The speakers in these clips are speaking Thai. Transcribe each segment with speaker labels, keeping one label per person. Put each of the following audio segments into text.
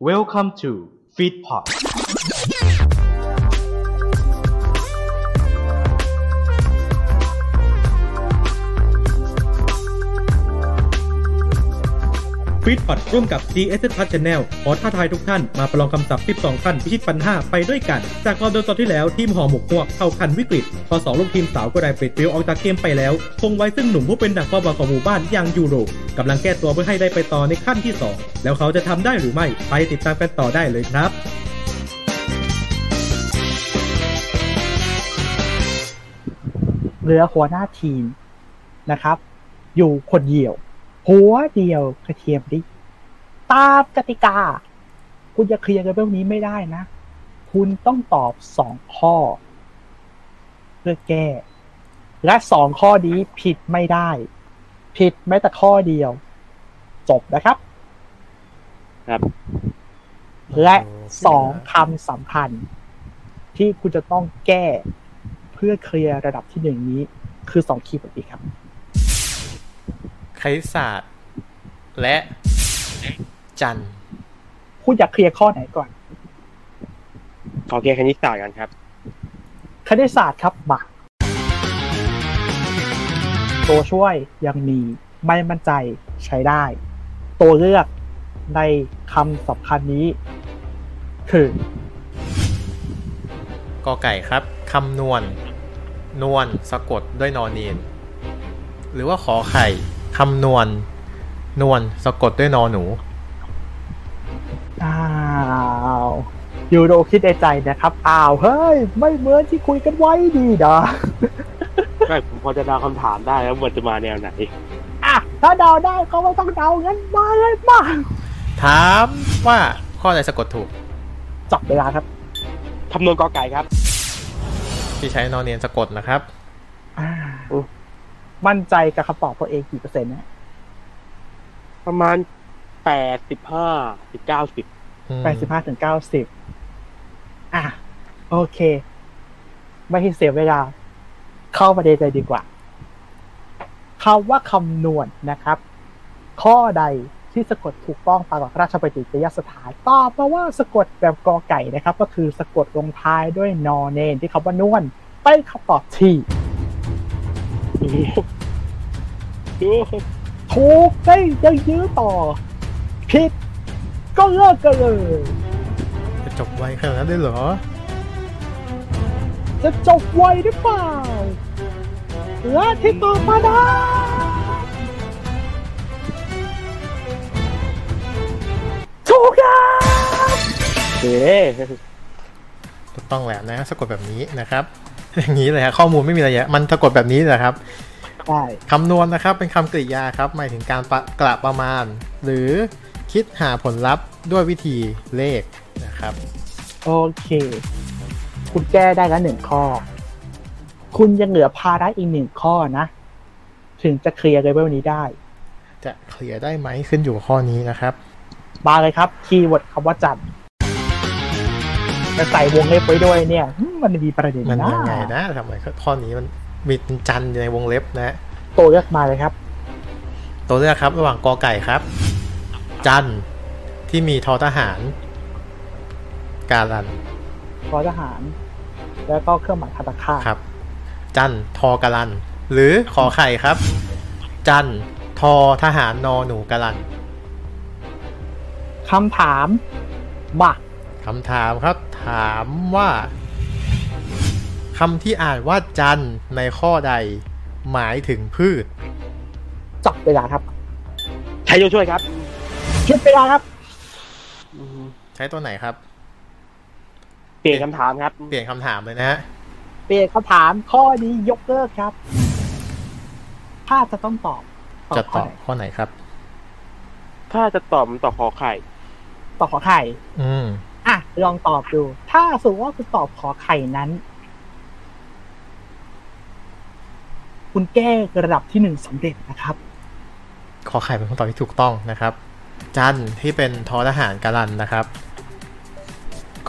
Speaker 1: Welcome to Feedpot
Speaker 2: ฟีดพอดร่วมกับ GSS Plus Channel ขอท้าทายทุกท่านมาประลองคำศัพท์ 12คันพิชิตปัญหาไปด้วยกัน จากความโดนตอนที่แล้วทีมห่อหมกหวกเข้าคันวิกฤตพอสองลูกทีมสาวก็ได้เปลิดปลิวออกจากเกมไปแล้ว คงไว้ซึ่งหนุ่มผู้เป็นดังความหวังของหมู่บ้านอย่างยูโรกำลังแก้ตัวเพื่อให้ได้ไปต่อในขั้นที่ 2 แล้วเขาจะทำได้หรือไม่ ไปติดตามกันต่อได้เลยครับ
Speaker 3: เรือหัวหน้าทีมนะครับ อยู่คนเดียว หัวเดียวกระเทียมดิตามกติกา คุณจะเคลียร์กันเรื่องนี้ไม่ได้นะ คุณต้องตอบสองข้อ เพื่อแก้ และสองข้อนี้ผิดไม่ได้ ผิดแม้แต่ข้อเดียว จบนะครับ
Speaker 4: ครับ
Speaker 3: และสองคำสำคัญ ที่คุณจะต้องแก้เพื่อเคลียร์ระดับที่หนึ่งนี้ คือสองคีย์เวิร์ดนี้ครับ
Speaker 5: คณิตศาสตร์ และจันทร์
Speaker 3: คุณอยากเคลียร์ข้อไหนก่อน
Speaker 4: ขอเคลียร์คณิตศาสตร์กันครับ
Speaker 3: คณิตศาสตร์ครับมาตัวช่วยยังมีไม่มั่นใจใช้ได้ ตัวเลือกในคำสำคัญนี้ คือ
Speaker 5: กอไก่ครับคำนวณ นวลสะกดด้วยนอนเนียนหรือว่าขอไข่คำนวณ นวลสะกดด้วยนอหนู
Speaker 3: อ้าวยูโรคิดในใจนะครับ อ้าว เฮ้ย ไม่เหมือนที่คุยกันไว้ ดีนะ
Speaker 4: ก็ผมพอจะเดาคำถามได้แล้วมันจะมาแนวไหน
Speaker 3: อ่ะ ถ้าเดาได้ก็ไม่ต้องเดางั้นมาเลยมา
Speaker 5: ถามว่าข้อใดสะกดถูก
Speaker 3: จับเวลาครับ
Speaker 4: คำนวณกอไก่ครับ
Speaker 5: ที่ใช้นอนเนียนสะกดนะครับ
Speaker 3: อ่ามั่นใจกับคำตอบตัวเองกี่เปอร์เซ็นต์นะ
Speaker 4: ประมาณแปดสิบห้าสิบเก้าสิบ
Speaker 5: อืม
Speaker 3: แปดสิบห้าถึงเก้าสิบอ่ะ โอเค ไม่ให้เสียเวลา เข้าประเด็นเลยดีกว่าคำว่าคำนวณนะครับ ข้อใดที่สะกดถูกต้องตามหลักราชบัณฑิตยสถานตอบมาว่าสะกดแบบกอไก่นะครับ ก็คือสะกดลงท้ายด้วยนอเนนที่คำว่านวลเป็นคำตอบที่
Speaker 4: ดู
Speaker 3: ถูกได้ยังยื้อต่อผิดก็เลิกกันเลย
Speaker 5: จะจบไวขนาดนั้นได้เหรอ
Speaker 3: จะจบไวหรือเปล่าและที่ตอบมาได้ถูกครับ
Speaker 4: เฮ้
Speaker 5: ถูกต้องแล้วนะ สะกดแบบนี้นะครับ อย่างนี้เลยฮะข้อมูลไม่มีอะไรเยอะมันสะกดแบบนี้แหละครับ
Speaker 3: ใช่
Speaker 5: คำนวณนะครับเป็นคำกริยาครับหมายถึงการประกระประมาณ หรือคิดหาผลลัพธ์ด้วยวิธีเลขนะครับ
Speaker 3: โอเค คุณแก้ได้แล้วหนึ่งข้อ คุณยังเหลือภาระอีกหนึ่งข้อนะ ถึงจะเคลียร์เลเวลนี้ได้
Speaker 5: จะเคลียร์ได้ไหมขึ้นอยู่กับข้อนี้นะครับ
Speaker 3: มาเลยครับ คีย์เวิร์ดคำว่าจันทร์จะใส่วงเล็บไว้ด้วยเนี่ยหืมมันมีประเด็น
Speaker 5: มัน
Speaker 3: นะ
Speaker 5: ยังไงนะทำไมข้อนี้มันมีจันอยู่ในวงเล็บนะ
Speaker 3: ตัวเลือกมาเลยครับ
Speaker 5: ตัวเลือกครับระหว่างกอไก่ครับ จันที่มีทอทหาร การัน
Speaker 3: ร้อยทหาร แล้วก็เครื่องหมายคาตาคา
Speaker 5: ครับ จันทอการัน หรือขอไข่ครับ จันทอทหารนอหนูการัน
Speaker 3: คำถามมา
Speaker 5: คำถามครับถามว่าคำที่อ่านว่าจันทร์ในข้อใด หมายถึงพืช
Speaker 3: จับเวลาครับ
Speaker 4: ใช้ตัวช่วยครับ
Speaker 3: ชุดเวลาครับ
Speaker 5: ใช้ตัวไหนครับ
Speaker 4: เปลี่ยนคำถามครับ
Speaker 5: เปลี่ยนคำถามเลยนะฮะ
Speaker 3: เปลี่ยนคำถามข้อนี้ยกเลิกครับ ถ้าจะต้องตอบ
Speaker 5: จะต
Speaker 3: ข้
Speaker 5: อบ
Speaker 3: ไหน
Speaker 5: ข้อไหนครับ
Speaker 4: ถ้าจะตอบมันตอบขอไข่
Speaker 3: ตอบขอไข่
Speaker 5: อืม
Speaker 3: อ่ะ ลองตอบดู ถ้าสมมติว่าคุณตอบขอไข่นั้น คุณแก้ระดับที่หนึ่งสำเร็จนะครับ
Speaker 5: ขอไข่เป็นคำตอบที่ถูกต้องนะครับ จันทร์ที่เป็นทอทหารการันนะครับ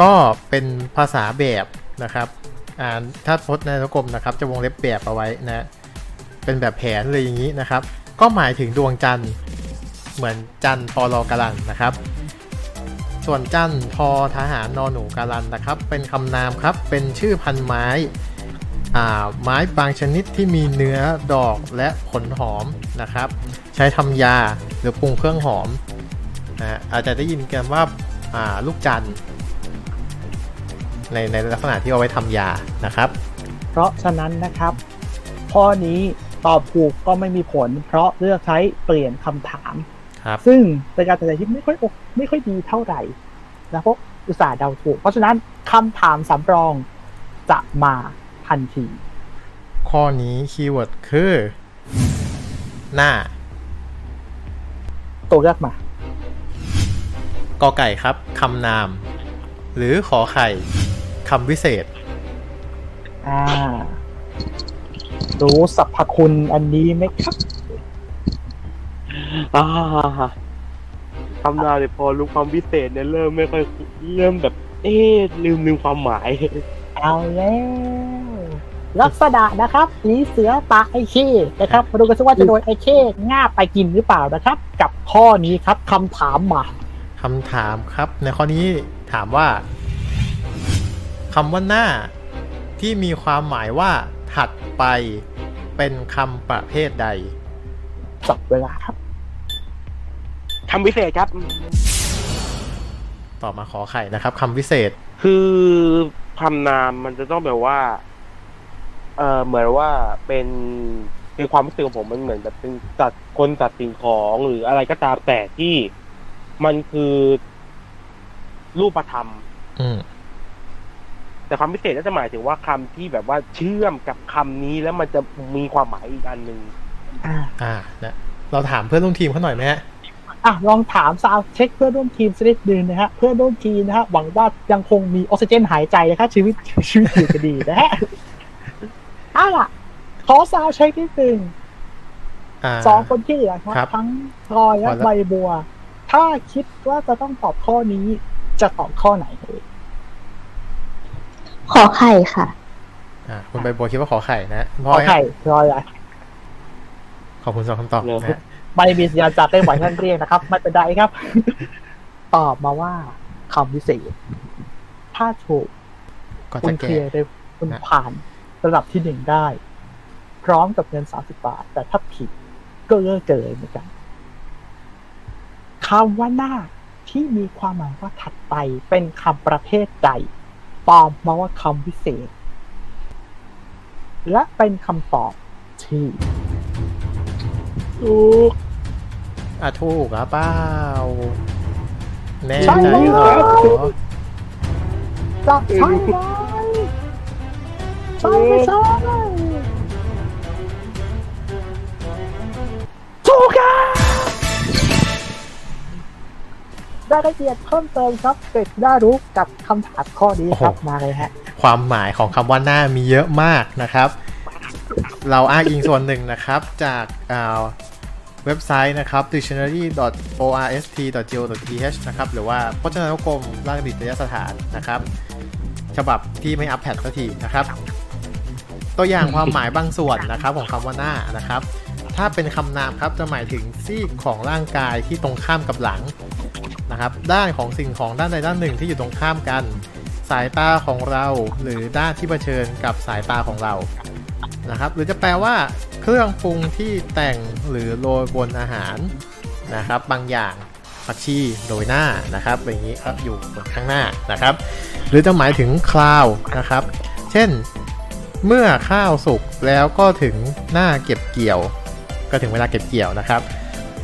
Speaker 5: ก็เป็นภาษาแบบนะครับอ่านถ้าพจนานุกรมนะครับ จะวงเล็บแบบเอาไว้นะ เป็นแบบแผนเลยอย่างนี้นะครับ ก็หมายถึงดวงจันทร์เหมือนจันทร์ปอลอการันนะครับ ส่วนจันทอทหารนอหนูการันนะครับ เป็นคำนามครับ เป็นชื่อพันไม้อ่าไม้บางชนิดที่มีเนื้อดอกและผลหอมนะครับ ใช้ทำยาหรือปรุงเครื่องหอมนะฮะอาจจะได้ยินกันว่าอ่าลูกจันทร์ในในลักษณะที่เอาไว้ทำยานะครับ
Speaker 3: เพราะฉะนั้นนะครับ ข้อนี้ตอบถูกก็ไม่มีผล เพราะเลือกใช้เปลี่ยนคำถาม
Speaker 5: ครับ
Speaker 3: ซึ่งเป็นการตัดสินใจที่ไม่ค่อยโอไม่ค่อยดีเท่าไหร่นะเพราะอุตส่าห์เดาถูก เพราะฉะนั้นคำถามสำรองจะมาทันที
Speaker 5: ข้อนี้คีย์เวิร์ดคือ หน้า
Speaker 3: ตัวเลือกมา
Speaker 5: กอไก่ครับคำนาม หรือขอไข่คำวิเศษ
Speaker 3: อ่า รู้สรรพคุณอันนี้ไหมครับ
Speaker 4: อ่าคำนามเนี่ยพอรู้ความพิเศษเนี่ยเริ่มไม่ค่อยเริ่มแบบ เอ๊ะลืมลืมความหมาย
Speaker 3: เอาแล้วลักษณะนะครับสีเสือตาไอเคนะครับ มาดูกันซิว่าจะโดนไอเคง่าบไปกินหรือเปล่านะครับ กับข้อนี้ครับคำถามมา
Speaker 5: คำถามครับ ในข้อนี้ถามว่าคำว่าหน้าที่มีความหมายว่า ถัดไปเป็นคำประเภทใด
Speaker 3: จับเวลาครับ
Speaker 4: คำพิเศษครับ
Speaker 5: ต่อมาขอไข่นะครับคำวิเศษ
Speaker 4: คือคำนามมันจะต้องแบบว่า เออเหมือนว่าเป็นเป็นความรู้สึกของผมมันเหมือนแบบเป็นสัตว์คนสัตว์สิ่งของหรืออะไรก็ตามแต่ที่มันคือรูปธรรม
Speaker 5: อืม
Speaker 4: แต่ความพิเศษน่าจะหมายถึงว่าคำที่แบบว่าเชื่อมกับคำนี้แล้วมันจะมีความหมายอีกอันหนึ่ง
Speaker 3: อ่า
Speaker 5: อ่านะเราถามเพื่อนร่วมทีมเขาหน่อยไหมฮะ
Speaker 3: อ่ะลองถามซาวเช็คเพื่อนร่วมทีมสักนิดนึงนะฮะเพื่อนร่วมทีมนะฮะหวังว่ายังคงมีออกซิเจนหายใจนะครับชีวิตชีวิตอยู่กันดีนะฮะ เอาล่ะ ขอซาวเช็คนิดนึง
Speaker 5: า
Speaker 3: สองคนที่เหลือค
Speaker 5: ครั
Speaker 3: รับบ ทั้งพลอย
Speaker 5: พลอ
Speaker 3: และ
Speaker 5: ยและ
Speaker 3: ใบบัว ถ้าคิดว่าจะต้องตอบข้อนี้จะตอบข้อไหนเอ่ย
Speaker 6: ขอไข่ค่ะ
Speaker 5: อ่าคุณใบบัวคิดว่าขอไข่นะคุณ
Speaker 3: ข
Speaker 5: พ่
Speaker 3: อ
Speaker 5: อ
Speaker 3: ไข่พลอยอะ
Speaker 5: ขอบคุณสำหรับคำตอบนะฮะ
Speaker 3: ไม่มีสัญญาณจากไต้หวันท่านเรียกนะครับไม่เป็นไรครับ ตอบมาว่าคำพิเศษ ถ้าถูก
Speaker 5: ก็
Speaker 3: คุ
Speaker 5: จะ
Speaker 3: ณเคลี
Speaker 5: แก่
Speaker 3: ยร์ได้คุณ
Speaker 5: นะ
Speaker 3: ผ่านระดับที่หนึ่งได้ พร้อมกับเงินสามสิบบาท แต่ถ้าผิดก็เลิกเจอเหมือนกันคำว่าหน้าที่มีความหมายว่าถัดไปเป็นคำประเภทใดปลอมมาว่าคำพิเศษ และเป็นคำตอบที่ถูก
Speaker 5: อ่ะถูกหรือเปล่าแน่
Speaker 3: ใช่
Speaker 5: ใจเหรอ
Speaker 3: ครับ จับใช่ไหมใช่ไม่ใช่ถูกค่ะรายละเอียดเพิ่มเติมครับเป็ดได้รู้กับคำถามข้อนี้ครับมาเลยฮะ
Speaker 5: ความหมายของคำว่าหน้ามีเยอะมากนะครับ เราอ้างอิงส่วนหนึ่งนะครับ จากอ่าเว็บไซต์นะครับ dictionary.orst.go.th นะครับ หรือว่าพจนานุกรมราชบัณฑิตยสถานนะครับ ฉบับที่ไม่อัปแพดสักทีนะครับ ตัวอย่างความหมายบางส่วนนะครับของคำว่าหน้านะครับ ถ้าเป็นคำนามครับจะหมายถึงซีกของร่างกายที่ตรงข้ามกับหลังนะครับ ด้านของสิ่งของด้านใดด้านหนึ่งที่อยู่ตรงข้ามกัน สายตาของเราหรือด้านที่เผชิญกับสายตาของเรานะครับ หรือจะแปลว่าเครื่องปรุงที่แต่งหรือโรยบนอาหารนะครับ บางอย่างผักชีโรยหน้านะครับอย่างนี้ก็อยู่บนข้างหน้านะครับ หรือจะหมายถึงคราวนะครับ เช่น เมื่อข้าวสุกแล้วก็ถึงหน้าเก็บเกี่ยว ก็ถึงเวลาเก็บเกี่ยวนะครับ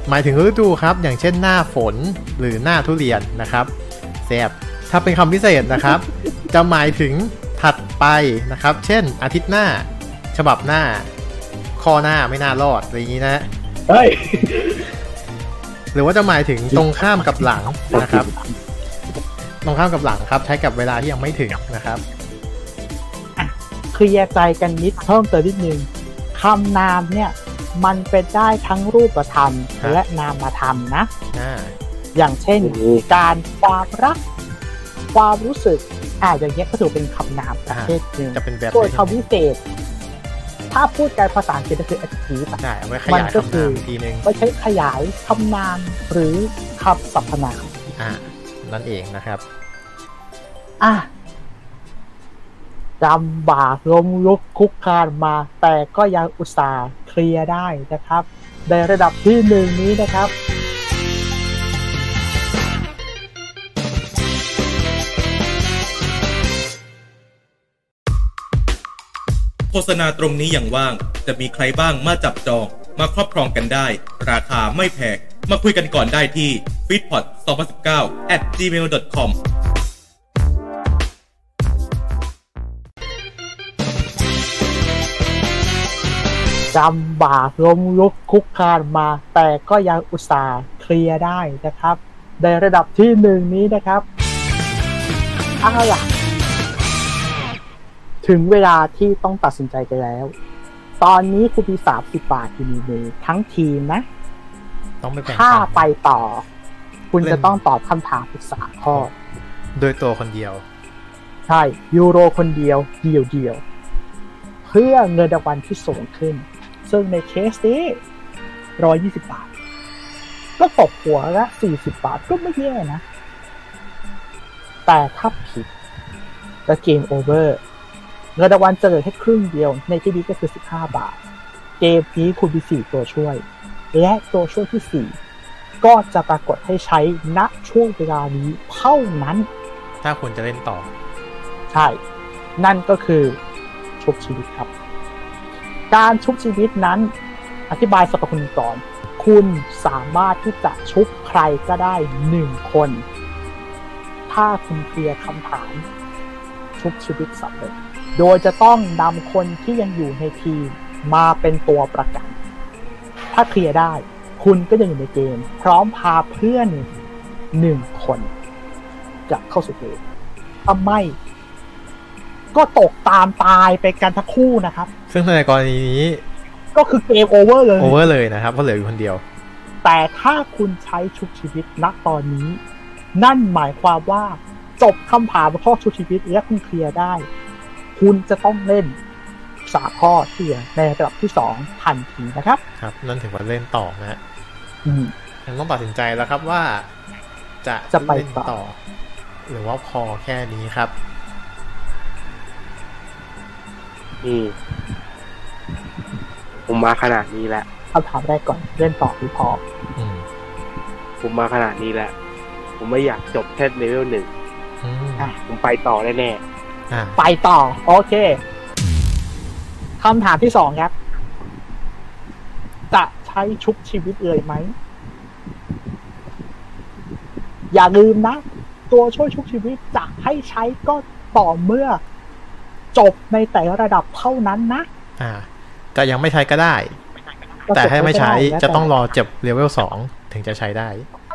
Speaker 5: หมายถึงฤดูครับ อย่างเช่นหน้าฝนหรือหน้าทุเรียนนะครับแซบถ้าเป็นคำพิเศษนะครับ จะหมายถึงถัดไปนะครับ เช่น อาทิตย์หน้า ฉบับหน้า ข้อหน้าไม่น่ารอดอะไรอย่างนี้นะ
Speaker 3: เฮ้ย
Speaker 5: หรือว่าจะหมายถึงตรงข้ามกับหลังนะครับ ตรงข้ามกับหลังครับ ใช้กับเวลาที่ยังไม่ถึงนะครับ
Speaker 3: เคลียร์ใจกันนิดเพิ่มเติมนิดนึงคำนามเนี่ย มันเป็นได้ทั้งรูปธรรม
Speaker 5: ครับ
Speaker 3: และนามธรรมนะ
Speaker 5: อ่า
Speaker 3: อย่างเช่น
Speaker 4: โอ้โห
Speaker 3: การความรัก ความรู้สึกอ่าอย่างเงี้ยก็ถือเป็นคำนามประเภทหนึ่ง
Speaker 5: จะเป็นแบบ
Speaker 3: ส่วน
Speaker 5: ไหน
Speaker 3: คำวิเศษ ถ้าพูดกันภาษาอังกฤษก็คือ adjective อะ
Speaker 5: ได้เอาไว้ข
Speaker 3: มัน
Speaker 5: ยาย
Speaker 3: ก็
Speaker 5: คำ
Speaker 3: คือ
Speaker 5: นามอีกทีหนึง
Speaker 3: ไว้ใช้ขยายคำนามหรือคำสรรพนาม
Speaker 5: อ่า นั่นเองนะครับ
Speaker 3: อ่ะลำบากล้มลุกคลุกคลานมา แต่ก็ยังอุตส่าห์เคลียร์ได้นะครับ ในระดับที่หนึ่งนี้นะครับ
Speaker 2: โฆษณาตรงนี้อย่างว่าง จะมีใครบ้างมาจับจอง มาครอบครองกันได้ ราคาไม่แพงมาคุยกันก่อนได้ที่ f e e d p o t 2019 at gmail.com
Speaker 3: ลำบากล้มลุกคลุกคลานมา แต่ก็ยังอุตส่าห์เคลียร์ได้นะครับ ในระดับที่หนึ่งนี้นะครับเอาล่ะ ถึงเวลาที่ต้องตัดสินใจกันแล้ว ตอนนี้คุณมีสามสิบบาทอยู่ในมือทั้งทีมนะ
Speaker 5: ต้องไปแบ่ง
Speaker 3: ถ้า
Speaker 5: กัน
Speaker 3: ไปต่อ คุณจะต้องตอบคำถามอีกสามข้อ
Speaker 5: โดยตัวคนเดียว
Speaker 3: ใช่ ยูโรคนเดียวเดียวเดียว เพื่อเงินรางวัลที่สูงขึ้น ซึ่งในเคสนี้ร้อยี่สิบาท ก็ตกหัวละสี่สิบาทก็ไม่แย่นะ แต่ถ้าผิดจะเกมโอเวอร์ เงินรางวัลจะเหลือแค่ครึ่งเดียว ในที่นี้ก็คือสิบห้าบาท เกมนี้คุณมีสี่ตัวช่วย และตัวช่วยที่สี่ก็จะปรากฏให้ใช้ณช่วงเวลานี้เท่านั้น
Speaker 5: ถ้าคุณจะเล่นต่อ
Speaker 3: ใช่ นั่นก็คือชุบชีวิตครับ การชุบชีวิตนั้น อธิบายสรรพคุณก่อน คุณสามารถที่จะชุบใครก็ได้หนึ่งคน ถ้าคุณเคลียร์คำถาม ชุบชีวิตสำเร็จ โดยจะต้องนำคนที่ยังอยู่ในทีมมาเป็นตัวประกัน ถ้าเคลียร์ได้ คุณก็ยังอยู่ในเกม พร้อมพาเพื่อนหนึ่งคนกลับเข้าสู่เกม ถ้าไม่ ก็ตกตามตายไปกันทั้งคู่นะครับ
Speaker 5: ซึ่งในกรณีนี้
Speaker 3: ก็คือเกมโอเวอร์เลย
Speaker 5: โอเวอร์เลยนะครับเพราะเหลืออยู่คนเดียว
Speaker 3: แต่ถ้าคุณใช้ชุบชีวิตณตอนนี้ นั่นหมายความว่าจบคำถามข้อชุบชีวิตและคุณเคลียร์ได้ คุณจะต้องเล่นสามข้อเสียในระดับที่สองทันทีนะครับ
Speaker 5: ครับนั่นถือว่าเล่นต่อนะฮะ
Speaker 3: อืม
Speaker 5: ยังต้องตัดสินใจแล้วครับว่า จะ
Speaker 3: จะไปต่อ
Speaker 5: เล่นต่อ หรือว่าพอแค่นี้ครับ
Speaker 4: อืมผมมาขนาดนี้แล้ว
Speaker 3: คำถามแรกก่อนเล่นต่อหรือพอ
Speaker 5: อืม
Speaker 4: ผมมาขนาดนี้แล้วผมไม่อยากจบแค่เลเวลหนึ่ง
Speaker 5: อืม
Speaker 3: อ่ะ
Speaker 4: ผมไปต่อแน่
Speaker 5: อ่ะ
Speaker 3: ไปต่อ โอเคคำถามที่สองครับ จะใช้ชุบชีวิตเลยไหม อย่าลืมนะ ตัวช่วยชุบชีวิตจะให้ใช้ก็ต่อเมื่อ จบในแต่ละระดับเท่านั้นนะ
Speaker 5: อ่ะจะยังไม่ใช้ก็ได้
Speaker 3: ก็
Speaker 5: แต่ถ้าไม่ใช้
Speaker 3: จบด้แล้ว
Speaker 5: จะต้องรอเจ็บเลเวลสองถึงจะใช้ได้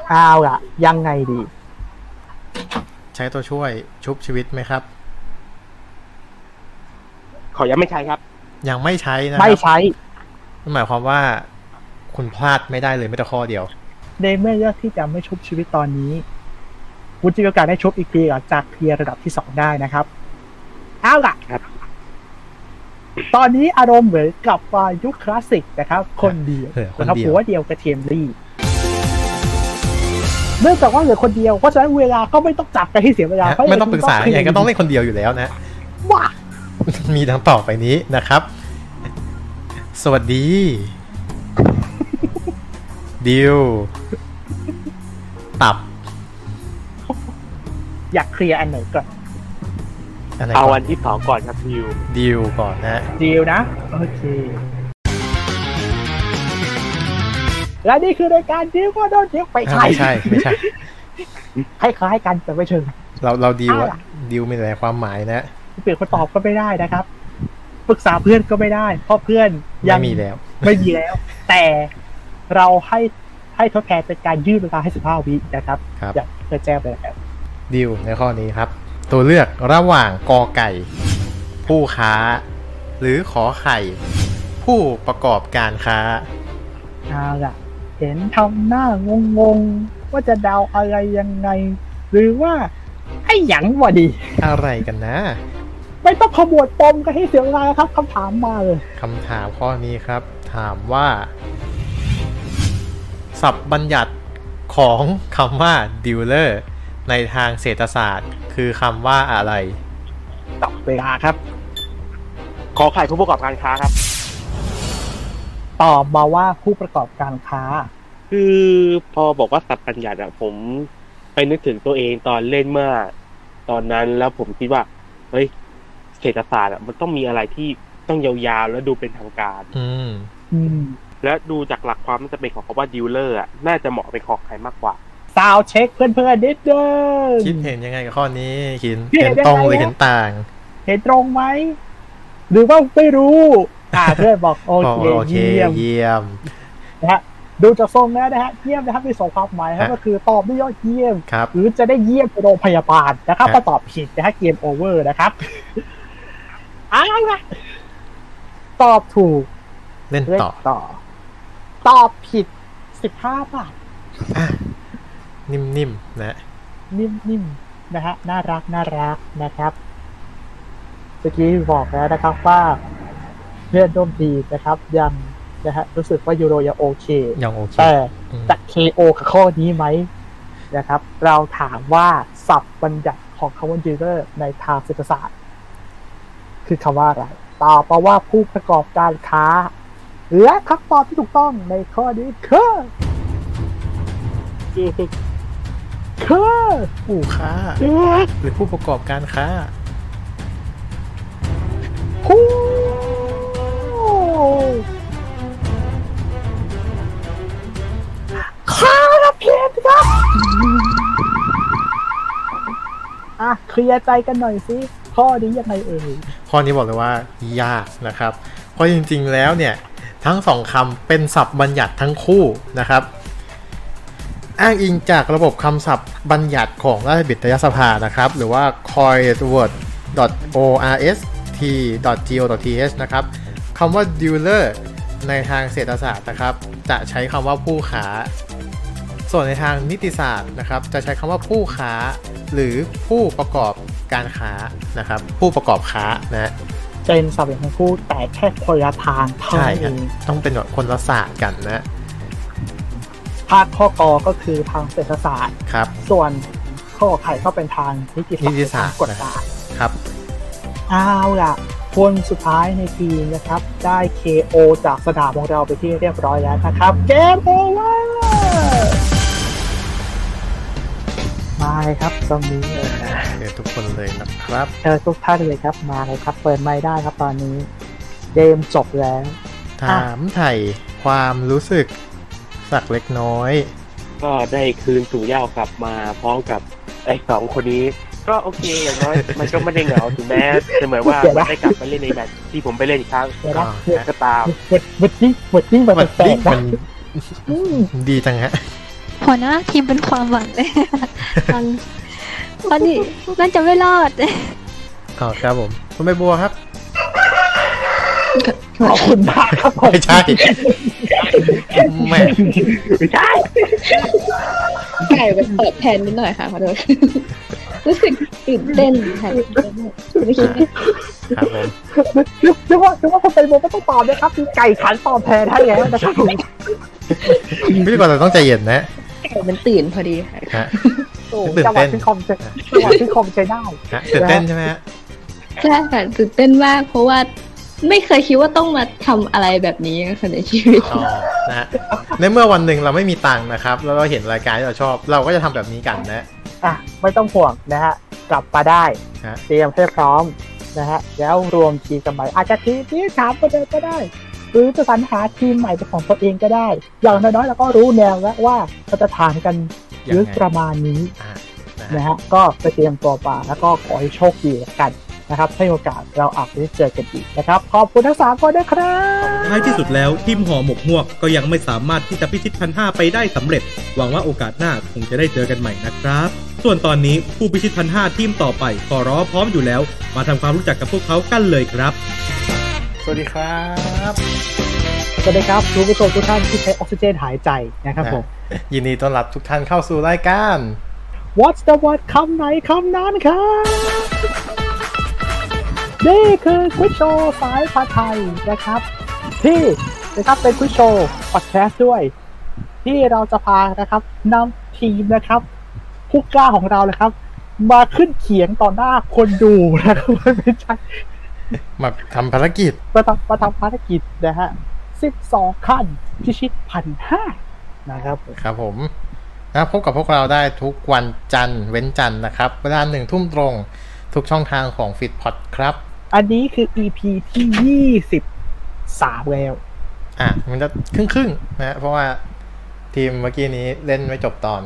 Speaker 3: เอาล่ะ ยังไงดี
Speaker 5: ใช้ตัวช่วยชุบชีวิตไหมครับ
Speaker 4: ๆขอยังไม่ใช่ครับ
Speaker 5: ยังไม่ใช้นะค
Speaker 3: ไม่
Speaker 5: รับ
Speaker 3: ใช้
Speaker 5: นั่นหมายความว่าคุณพลาดไม่ได้เลยแม้แต่ข้อเดียว
Speaker 3: ในเมื่อเลือกที่จะไม่ชุบชีวิตตอนนี้คุณจะมีโอกาสได้ชุบอีกทีหลังจากเคลียร์ระดับที่สองได้นะครับเอาล่ะ
Speaker 4: ครับ
Speaker 3: ตอนนี้อารมณ์เหมือนกลับมายุคคลาสสิกนะครับ คนเดียว
Speaker 5: เออคนเดียว
Speaker 3: นะครับหัวเดียวกระเทียมรีเนื่องจากว่าเหลือคนเดียวเพราะฉะนั้นเวลาก็ไม่ต้องจับกันให้เสียเวลา
Speaker 5: นะ
Speaker 3: เพราะ
Speaker 5: ไม่ต้องปรึกษา
Speaker 3: เคลี
Speaker 5: ยั
Speaker 3: ย
Speaker 5: งไง
Speaker 3: ร์
Speaker 5: ก็ต้องเล่นคนเดียวอยู่แล้วนะ
Speaker 3: ว้า
Speaker 5: มีดังต่อไปนี้นะครับ สวัสดี ดิว ตับ
Speaker 3: อยากเคลียร์อันไหนก่อน
Speaker 5: อะไร
Speaker 4: เอา
Speaker 5: ก่อ
Speaker 4: วัน นที่สองก่อนครับพิว
Speaker 5: ดิวก่อนนะ
Speaker 3: ดีลนะโอเค และนี่คือรายการดิวก็โดนเดียวไปใช่
Speaker 5: ไม่ใช่ ไม่ใช่
Speaker 3: คล้ายๆกันแต่ไม่เชิง
Speaker 5: เราเราดิวอะดิวมีหลายความหมายนะ
Speaker 3: เปลี่ยนคนตอบก็ไม่ได้นะครับ ปรึกษาเพื่อนก็ไม่ได้ เพราะเพื่อนยั
Speaker 5: ไม่
Speaker 3: ง
Speaker 5: มีแล้ว
Speaker 3: ไม่มีแล้ว แต่เราให้ให้ทดแทนเป็นการยืดเวลาให้สิบห้าวินะครับ
Speaker 5: ครับ
Speaker 3: อย่างเคยแจ้งไปแล้ว
Speaker 5: ดิวในข้อนี้ครับ ตัวเลือกระหว่างกอไก่ ผู้ค้า หรือขอไข่ ผู้ประกอบการค้า
Speaker 3: เอาล่ะ เห็นทำหน้างงงๆว่าจะเดาอะไรยังไง หรือว่า ไอ้หยังวะดี
Speaker 5: อะไรกันนะ
Speaker 3: ไม่ต้องขมวดปมกันให้เสียเวลาครับคำถามมาเลย
Speaker 5: คำถามข้อนี้ครับ ถามว่า ศัพท์บัญญัติของคำว่าดิวเลอร์ ในทางเศรษฐศาสตร์ คือคำว่าอะไร
Speaker 3: ตับเวลาครับ
Speaker 4: ขอไข่ผู้ประกอบการค้าครับ
Speaker 3: ตอบมาว่าผู้ประกอบการค้า
Speaker 4: คือพอบอกว่าสับปัญญัติอะผมไปนึกถึงตัวเองตอนเล่นเมื่อตอนนั้นแล้วผมคิดว่า เฮ้ยเศรษฐศาสตร์อะมันต้องมีอะไรที่ต้องยาวๆ แล้วดูเป็นทางการ
Speaker 5: อืม
Speaker 3: อืม
Speaker 4: และดูจากหลักความมันจะเป็นของคำว่าดีลเลอร์อะน่าจะเหมาะเป็นของใครมากกว่า
Speaker 3: ซาวด์เช็คเพื่อนๆนิดนึง
Speaker 5: คิดเห็นยังไงกับข้อนี้คิน
Speaker 3: คิดเห็
Speaker 5: เห็
Speaker 3: น
Speaker 5: น
Speaker 3: ยังไง
Speaker 5: ตรงหรือเห็นต่าง
Speaker 3: เห็นตรงไหม หรือว่าไม่รู้ อ่าเพื่อนบอกโอ
Speaker 5: บอก
Speaker 3: เค
Speaker 5: ว่าโอเค
Speaker 3: เยี่ยม
Speaker 5: เยี่ยม
Speaker 3: นะฮะดูจากทรงแล้วนะฮะเยี่ยมนะครับมีสองความหมายครับ
Speaker 5: ฮะ
Speaker 3: ก็คือตอบได้ยอดเยี่ยม
Speaker 5: ครับ
Speaker 3: หรือจะได้เยี่ยมไปโรงพยาบาลนะครับ
Speaker 5: ฮะ
Speaker 3: ถ้าตอบผิดนะฮะเกมโอเวอร์นะครับ เอาละตอบถูก
Speaker 5: เล่น
Speaker 3: เล่น
Speaker 5: ต่อ
Speaker 3: ต่อ ตอบผิดสิบห้าบาท
Speaker 5: อ่ะนิ่มๆนะ
Speaker 3: นิ่มๆ นะฮะ น่ารัก น่ารักนะครับ เมื่อกี้บอกแล้วนะครับว่าเพื่อนร่วมทีมนะครับ ยังนะฮะรู้สึกว่ายูโรยังโอเค
Speaker 5: ยังโอเค
Speaker 3: แต่
Speaker 5: อืม
Speaker 3: จะ KO กับข้อนี้ไหมนะครับ เราถามว่าสับบัญญัติของคำว่าดีลเลอร์ในทางเศรษฐศาสตร์ คือคำว่าอะไรตอบมาว่าผู้ประกอบการค้า และคำตอบที่ถูกต้องในข้อนี้คือคือ
Speaker 5: ผู้ค้าหรือผู้ประกอบการค้า
Speaker 3: ผู้ ข้าละเพียนครับ อ่ะเคลียร์ใจกันหน่อยสิ ข้อนี้ยังไงเอ่ย
Speaker 5: ข้อนี้บอกเลยว่ายากนะครับ เพราะจริงๆแล้วเนี่ย ทั้งสองคำเป็นศัพท์บัญญัติทั้งคู่นะครับ อ้างอิงจากระบบคำศัพท์บัญญัติของราชบิตยสภานะครับ หรือว่า coinword.orst.go.th นะครับคำว่า dealer ในทางเศรษฐศาสตร์นะครับ จะใช้คำว่าผู้ค้า ส่วนในทางนิติศาสตร์นะครับ จะใช้คำว่าผู้ค้า หรือผู้ประกอบการค้านะครับ ผู้ประกอบค้านะ
Speaker 3: เป็นสับอย่างทั้งคู่แต่แค่คนละทางเท่า
Speaker 5: ใช่
Speaker 3: นั้นเอ
Speaker 5: ครับ
Speaker 3: ง
Speaker 5: ต้องเป็นแบบคนละศาสตร์กันนะ
Speaker 3: ภาคข้อกอก็คือทางเศรษฐศาสตร์
Speaker 5: ครับ
Speaker 3: ส่วนข้อไข่ก็เป็นทางนิติ
Speaker 5: นิติ
Speaker 3: ศา
Speaker 5: ศา
Speaker 3: ส
Speaker 5: ส
Speaker 3: ต
Speaker 5: ต
Speaker 3: ร์ทา
Speaker 5: ร์
Speaker 3: งกฎหมาย
Speaker 5: ครับ
Speaker 3: เอาล่ะ คนสุดท้ายในทีมนะครับ ได้ KO จากสนามของเราไปที่เรียบร้อยแล้วนะครับ เกมโอเวอร์มาเลยครับตรงนี้เลยนะ
Speaker 5: เดี๋ยวทุกคนเลยนะครับ
Speaker 3: เชิญทุกท่านเลยครับมาเลยครับ เปิดไมค์ได้ครับตอนนี้ เกมจบแล้ว
Speaker 5: ถามไถ่ความรู้สึกสักเล็กน้อย
Speaker 4: ก็ได้คืนสู่เหย้ากลับมาพร้อมกับไอ้สองคนนี้ ก็โอเคอย่างน้อย มันก็ไม่ได้เหงาถึงแม้จะเหมือนว่า
Speaker 3: เดี๋ยวนะ
Speaker 4: มันได้กลับไปเล่นในแมตช์ที่ผมไปเล่นอีกครั้ง
Speaker 3: เดี๋ยวนะ
Speaker 5: อ่า
Speaker 3: เดี๋ยว
Speaker 4: ก็ตาม
Speaker 3: วัดดิ้งวัดดิ้งมา
Speaker 5: มัน
Speaker 3: แปล
Speaker 5: ดิ้
Speaker 3: ก
Speaker 5: ง
Speaker 3: ๆ
Speaker 5: มั
Speaker 3: นะ
Speaker 5: น
Speaker 3: อืม
Speaker 5: ดีจังฮะ
Speaker 6: หัวหน้าทีมเป็นความหวังเลยตอนตอนนี้น่าจะไม่รอด
Speaker 5: อ๋อครับผมคุณใบบัวครับ
Speaker 3: ขอบคุณมากครับผม
Speaker 5: ไม่ใช่แหม่
Speaker 3: ไม่ใช่
Speaker 7: ไก่ไปเปิดแทนนิดหน่อยค่ะขอโทษ รู้สึกตื่นเต้นค่ะตื่นเต้นมากไม่คิดไม่
Speaker 5: ครับผม
Speaker 3: นึกนึกว่านึกว่าคนเป็นโมก็ต้องตอบนะครับมีไก่ขันตอบแทนให้แล้วนะครับผม
Speaker 5: พิธีกรเราต้องใจเย็นนะ
Speaker 7: ไก่มันตื่นพอดีค่ะ
Speaker 5: ฮะ
Speaker 3: โอ้
Speaker 5: ตื่นเต้น
Speaker 3: จังหวะที่คอมใช้จังหวะที่คอมใช้ได้
Speaker 5: ฮะตื่นเต้นใช่ไหมฮะ
Speaker 7: ใช่ค่ะตื่นเต้นมากเพราะว่าไม่เคยคิดว่าต้องมาทำอะไรแบบนี้ค่ะในชีวิต
Speaker 5: อ๋อนะฮะในเมื่อวันหนึ่งเราไม่มีตังค์นะครับ แล้วเราเห็นรายการที่เราชอบ เราก็จะทำแบบนี้กันนะ
Speaker 3: อ่ะ ไม่ต้องห่วงนะฮะ กลับมาได้
Speaker 5: ฮะ
Speaker 3: เตรียมให้พร้อมนะฮะ แล้วรวมทีมกันใหม่ อาจจะทีมที่สามคนเดิมก็ได้ หรือจะสรรหาทีมใหม่เป็นของตัวเองก็ได้ อย่างน้อยๆเราก็รู้แนวแล้วว่าเราจะทานกัน
Speaker 5: ยัง
Speaker 3: ลึก
Speaker 5: ไง
Speaker 3: ประมาณนี้
Speaker 5: อ่ะนะ
Speaker 3: นะ
Speaker 5: ฮะ
Speaker 3: ฮะ ก็ไปเตรียมตัวป่าแล้วก็ขอให้โชคดีแล้วกันนะครับ ให้โอกาสเราอาจจะได้เจอกันอีกนะครับ ขอบคุณทั้งสามคนด้วยครับ
Speaker 2: ท้ายที่สุดแล้วทีมห่อหมกหวกก็ยังไม่สามารถที่จะพิชิตพันห้าไปได้สำเร็จ หวังว่าโอกาสหน้าคงจะได้เจอกันใหม่นะครับ ส่วนตอนนี้ผู้พิชิตพันห้าทีมต่อไปขอรอพร้อมอยู่แล้ว มาทำความรู้จักกับพวกเขากันเลยครับ
Speaker 5: สวัสดีครับ
Speaker 3: สวัสดีครับคุณผู้ชมทุกท่านที่ใช้ออกซิเจนหายใจนะครับผม
Speaker 5: ยินดีต้อนรับทุกท่านเข้าสู่รายการ
Speaker 3: What's the word คำไหนคำนั้นครับนี่คือควิชโชว์สายภาษาไทยนะครับ ที่นะครับเป็นควิชโชว์พอดแคสต์ด้วย ที่เราจะพานะครับนำทีมนะครับ ผู้กล้าของเราเลยครับ มาขึ้นเขียงต่อหน้าคนดูนะครับ ไม่ใช่
Speaker 5: มาทำภารกิจ
Speaker 3: ประทับประทับภารกิจนะฮะสิบสองขั้นพิชิตพันห้านะครับผม
Speaker 5: ครับผมนะพบกับพวกเราได้ทุกวันจันทร์เว้นจันทร์นะครับ เวลาหนึ่งทุ่มตรง ทุกช่องทางของฟิตพอดครับ
Speaker 3: อันนี้คือ EP ที่ยี่สิบสามแล้ว
Speaker 5: อ่ะ มันจะครึ่งครึ่งๆนะเพราะว่าทีมเมื่อกี้นี้เล่นไม่จบตอน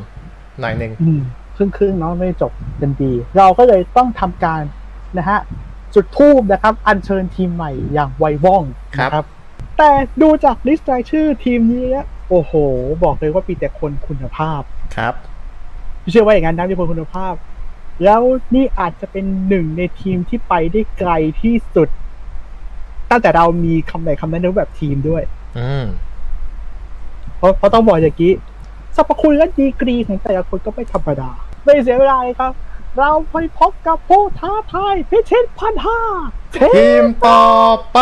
Speaker 5: หน่อยหนึ่ง
Speaker 3: อืม ครึ่งครึ่งๆเนาะไม่จบกันดี เราก็เลยต้องทำการนะฮะ จุดทูบนะครับ อัญเชิญทีมใหม่อย่างไวว่องนะครับ แต่ดูจากลิสต์รายชื่อทีมนี้แล้วโอ้โห บอกเลยว่าปีแต่คนคุณภาพ
Speaker 5: ครับ
Speaker 3: เชื่อว่าอย่างนั้นนะมีคนคุณภาพ แล้วนี่อาจจะเป็นหนึ่งในทีมที่ไปได้ไกลที่สุด ตั้งแต่เรามีคำไหนคำนั้นในรูปแบบทีมด้วย
Speaker 5: อืม
Speaker 3: เพราะเพราะต้องบอกอย่างนี้สรรพคุณและดีกรีของแต่ละคนก็ไม่ธรรมดา ไม่เสียเวลาเลยครับ เราไปพบกับผู้ท้าทายพิชิตพันห้าเท
Speaker 5: ทีมต่อไป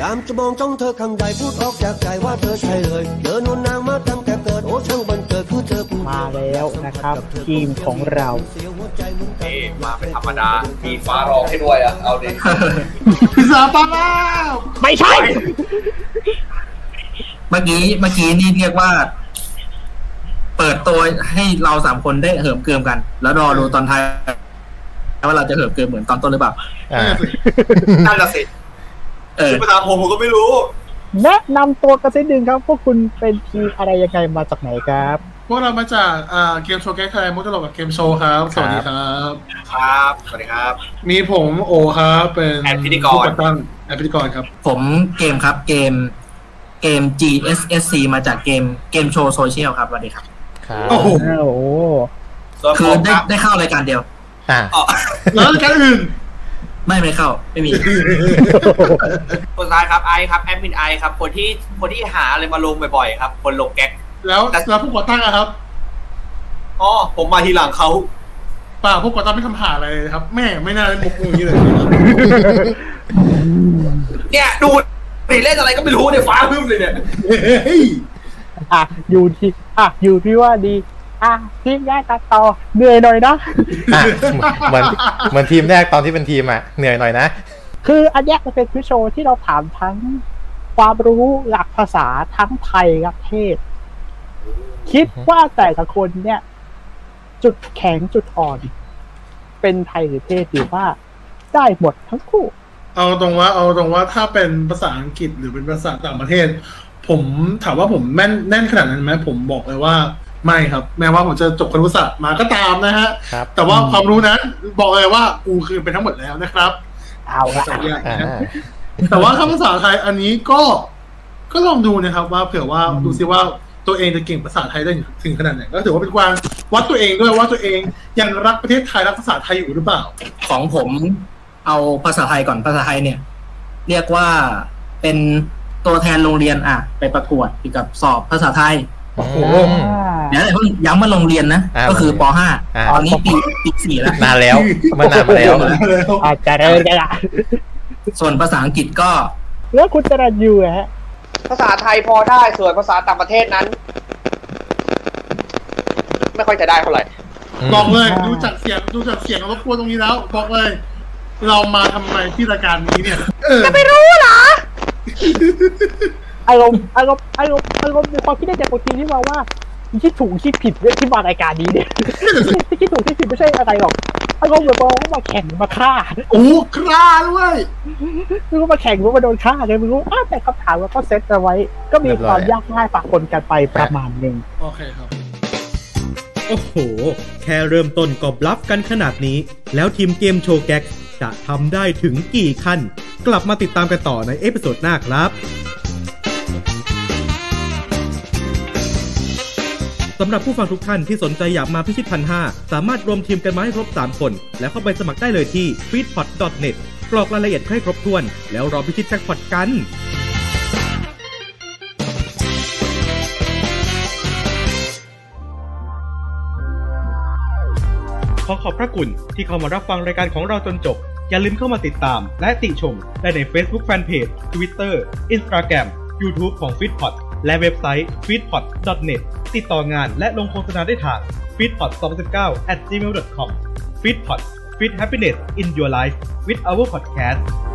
Speaker 8: ยามจะมองจ้องเธอข้างใดพูดออกจากใจว่าเธอใช่เลย เธอนวลนางมาตั้งแต่เกิด โอ้ช่างบันเกิดผู้เธอผู้เดีย
Speaker 3: มาแล้วนะครับ ทีมของเรา
Speaker 8: เสียวหัวใจเหมึงกัน
Speaker 9: มาเป็นธรรมดา มีฟ้ารองให้ด้วยอ่ะ เอาดิ
Speaker 3: ไม่ใช่
Speaker 10: เมื่อกี้เมื่อกี้นี่เรียกว่า เปิดตัวให้เราสามคนได้เหิมเกริมกัน แล้วรอดูตอนท้ายว่าเราจะเหิมเกริมเหมือนตอนต้นหรือเปล่า
Speaker 5: อ่า
Speaker 9: นั่นละสิ
Speaker 10: เออ
Speaker 9: ภาษาผมผมก็ไม่รู้
Speaker 3: แนะนำตัวกันสักหนึ่งครับพวกคุณเป็นทีมอะไรยังไงมาจากไหนครับ
Speaker 11: พวกเรามาจากอ่าเกมโชว์แก้คลายมุกตลกกับเกมโชว์ครับ สวัสดีครับ
Speaker 9: ครับ สวัสดีครับ
Speaker 11: มีผมโอครับ เป็น
Speaker 9: แอดพิธีกร
Speaker 11: ผู้ตั้งแอดพิธีกรครับ
Speaker 10: ผมเกมครับเกม เกม GSSC มาจากเกมเกมโชว์โซเชียลครับสวัสดีครับ
Speaker 5: ครับ
Speaker 11: โอ้โห
Speaker 3: โอ้โห
Speaker 9: ส่วน
Speaker 10: คื
Speaker 9: ผ
Speaker 10: อ
Speaker 9: ม
Speaker 10: ได้
Speaker 9: ครับ
Speaker 10: ได้เข้ารายการเดียว
Speaker 5: อ่า
Speaker 9: อ๋อ
Speaker 11: แล้วการอื่น
Speaker 10: ไม่ไม่เข้า ไม่มี
Speaker 9: คนสุดท้ายครับไอครับ แอดมินไอครับ คนที่ คนที่หาอะไรมาลงบ่อยๆครับ คนลงแก๊ก
Speaker 11: แล้วแล้วผู้ก่อตั้งอะครับ
Speaker 9: อ๋อ ผมมาทีหลังเขา
Speaker 11: ป่าผู้ก่อตั้งไม่ทำหาอะไรเลยครับ แม่ไม่น่าเล่นมุกอย่างนี้เลย
Speaker 9: เนี่ย ดูดิเล่นอะไรก็ไม่รู้เนี่ยฟ้าพึ่มเลยเนี่ย
Speaker 11: เฮ้ย
Speaker 3: อ่ะอยู่ที่อ่ะอยู่ที่ว่าดี อ่ะทีมแรกตัดต่อเหนื่อยหน่อยนะ
Speaker 5: อ่ะเหมือนเหมือนทีมแรกตอนที่เป็นทีมอ่ะ เหนื่อยหน่อยนะ
Speaker 3: คืออันเนี้ยมันเป็นพิโชว์ที่เราถามทั้งความรู้หลักภาษาทั้งไทยและเทศ คิดว่าแต่ละคนเนี่ย จุดแข็งจุดอ่อน เป็นไทยหรือเทศหรือว่าได้หมดทั้งคู่
Speaker 11: เอาตรงว่าเอาตรงว่าถ้าเป็นภาษาอังกฤษหรือเป็นภาษาต่างประเทศ ผมถามว่าผมแม่นแน่นขนาดนั้นไหมผมบอกเลยว่าไม่ครับ แม้ว่าผมจะจบครุศาสตร์มาก็ตามนะฮะ
Speaker 5: ครับ
Speaker 11: แต่ว่าความรู้นั้นบอกเลยว่ากูคือเป็นทั้งหมดแล้วนะครับ
Speaker 3: เอาละ
Speaker 11: สักอย่าง
Speaker 5: อ่า
Speaker 11: นะ แต่ว่าถ้าภาษาไทยอันนี้ก็ก็ลองดูนะครับ ว่าเผื่อว่าดูซิว่าตัวเองจะเก่งภาษาไทยได้ถึงขนาดไหนก็ถือว่าเป็นการวัดตัวเองด้วยว่าตัวเองยังรักประเทศไทยรักภาษาไทยอยู่หรือเปล่า
Speaker 10: ของผมเอาภาษาไทยก่อนภาษาไทยเนี่ย เรียกว่าเป็นตัวแทนโรงเรียนอ่ะ ไปประกวดเกี่ยวกับสอบภาษาไทย
Speaker 5: โอ้โห
Speaker 10: เดี๋ยวเพิ่งย้ำว่าโรงเรียนนะ
Speaker 5: อ่า
Speaker 10: ก็คือป
Speaker 5: อ่า
Speaker 10: .5 ตอนนี้ปีปีสี่แล้ว
Speaker 5: นานแล้ว มันนานมาแล้ว
Speaker 3: อาจจะเริ่มกันละ
Speaker 10: ส่วนภาษาอังกฤษก็
Speaker 3: แล้วคุณจรัญยูอะฮะ
Speaker 9: ภาษาไทยพอได้ส่วนภาษาต่างประเทศนั้น ไม่ค่อยจะได้เท่าไหร่
Speaker 11: บอกเลย
Speaker 3: อ่า
Speaker 11: ดูจากเสียงดูจากเสียงรบกวนตรงนี้แล้ว บอกเลย เรามาทำไมที่รายการนี้เนี่ยเออ
Speaker 3: อารมณ์อารมณ์อารมณ์อารมณ์ในความคิดในใจของทีมที่มาว่าคิดถูกคิดผิดเรื่องที่มารายการนี้เนี่ย ที่คิดถูกคิดผิดไม่ใช่อะไรหรอกอารมณ์เหมือนมองว่ามาแข่งมาฆ่า
Speaker 11: โอ้คราด้วย
Speaker 3: ไม่รู้มาแข่งหรือว่ามาโดนฆ่าเลยไม่รู้อ้าวแต่คำถามเราก็เซตเอาไว้ ก็มีความยากง่ายปะปนกันไปประมาณหนึ่ง
Speaker 11: โอเคครับ
Speaker 2: โอ้โห แค่เริ่มต้นก็บลับกันขนาดนี้ แล้วทีมเกมโชว์แก๊กจะทำได้ถึงกี่ขั้น กลับมาติดตามกันต่อในเอพิโซดหน้าครับสำหรับผู้ฟังทุกท่านที่สนใจอยากมาพิชิตพันห้าสามารถรวมทีมกันมาให้ครบ 3 คน แล้วเข้าไปสมัครได้เลยที่ f e e d p o t n e t กรอกรายละเอียดให้ครบถ้วน แล้วรอพิชิตแจ็คพอตกันขอขอบพระคุณที่เข้ามารับฟังรายการของเราจนจบ อย่าลืมเข้ามาติดตาม และติชม ได้ใน Facebook Fanpage Twitter Instagram YouTube ของ f i t p o t และเว็บไซต์ f e e d p o t n e t ติดต่องานและลงโฆษณาได้ทาง f e e d p o t 2019 at gmail.com f e e d p o t Feed Happiness in Your Life with our podcast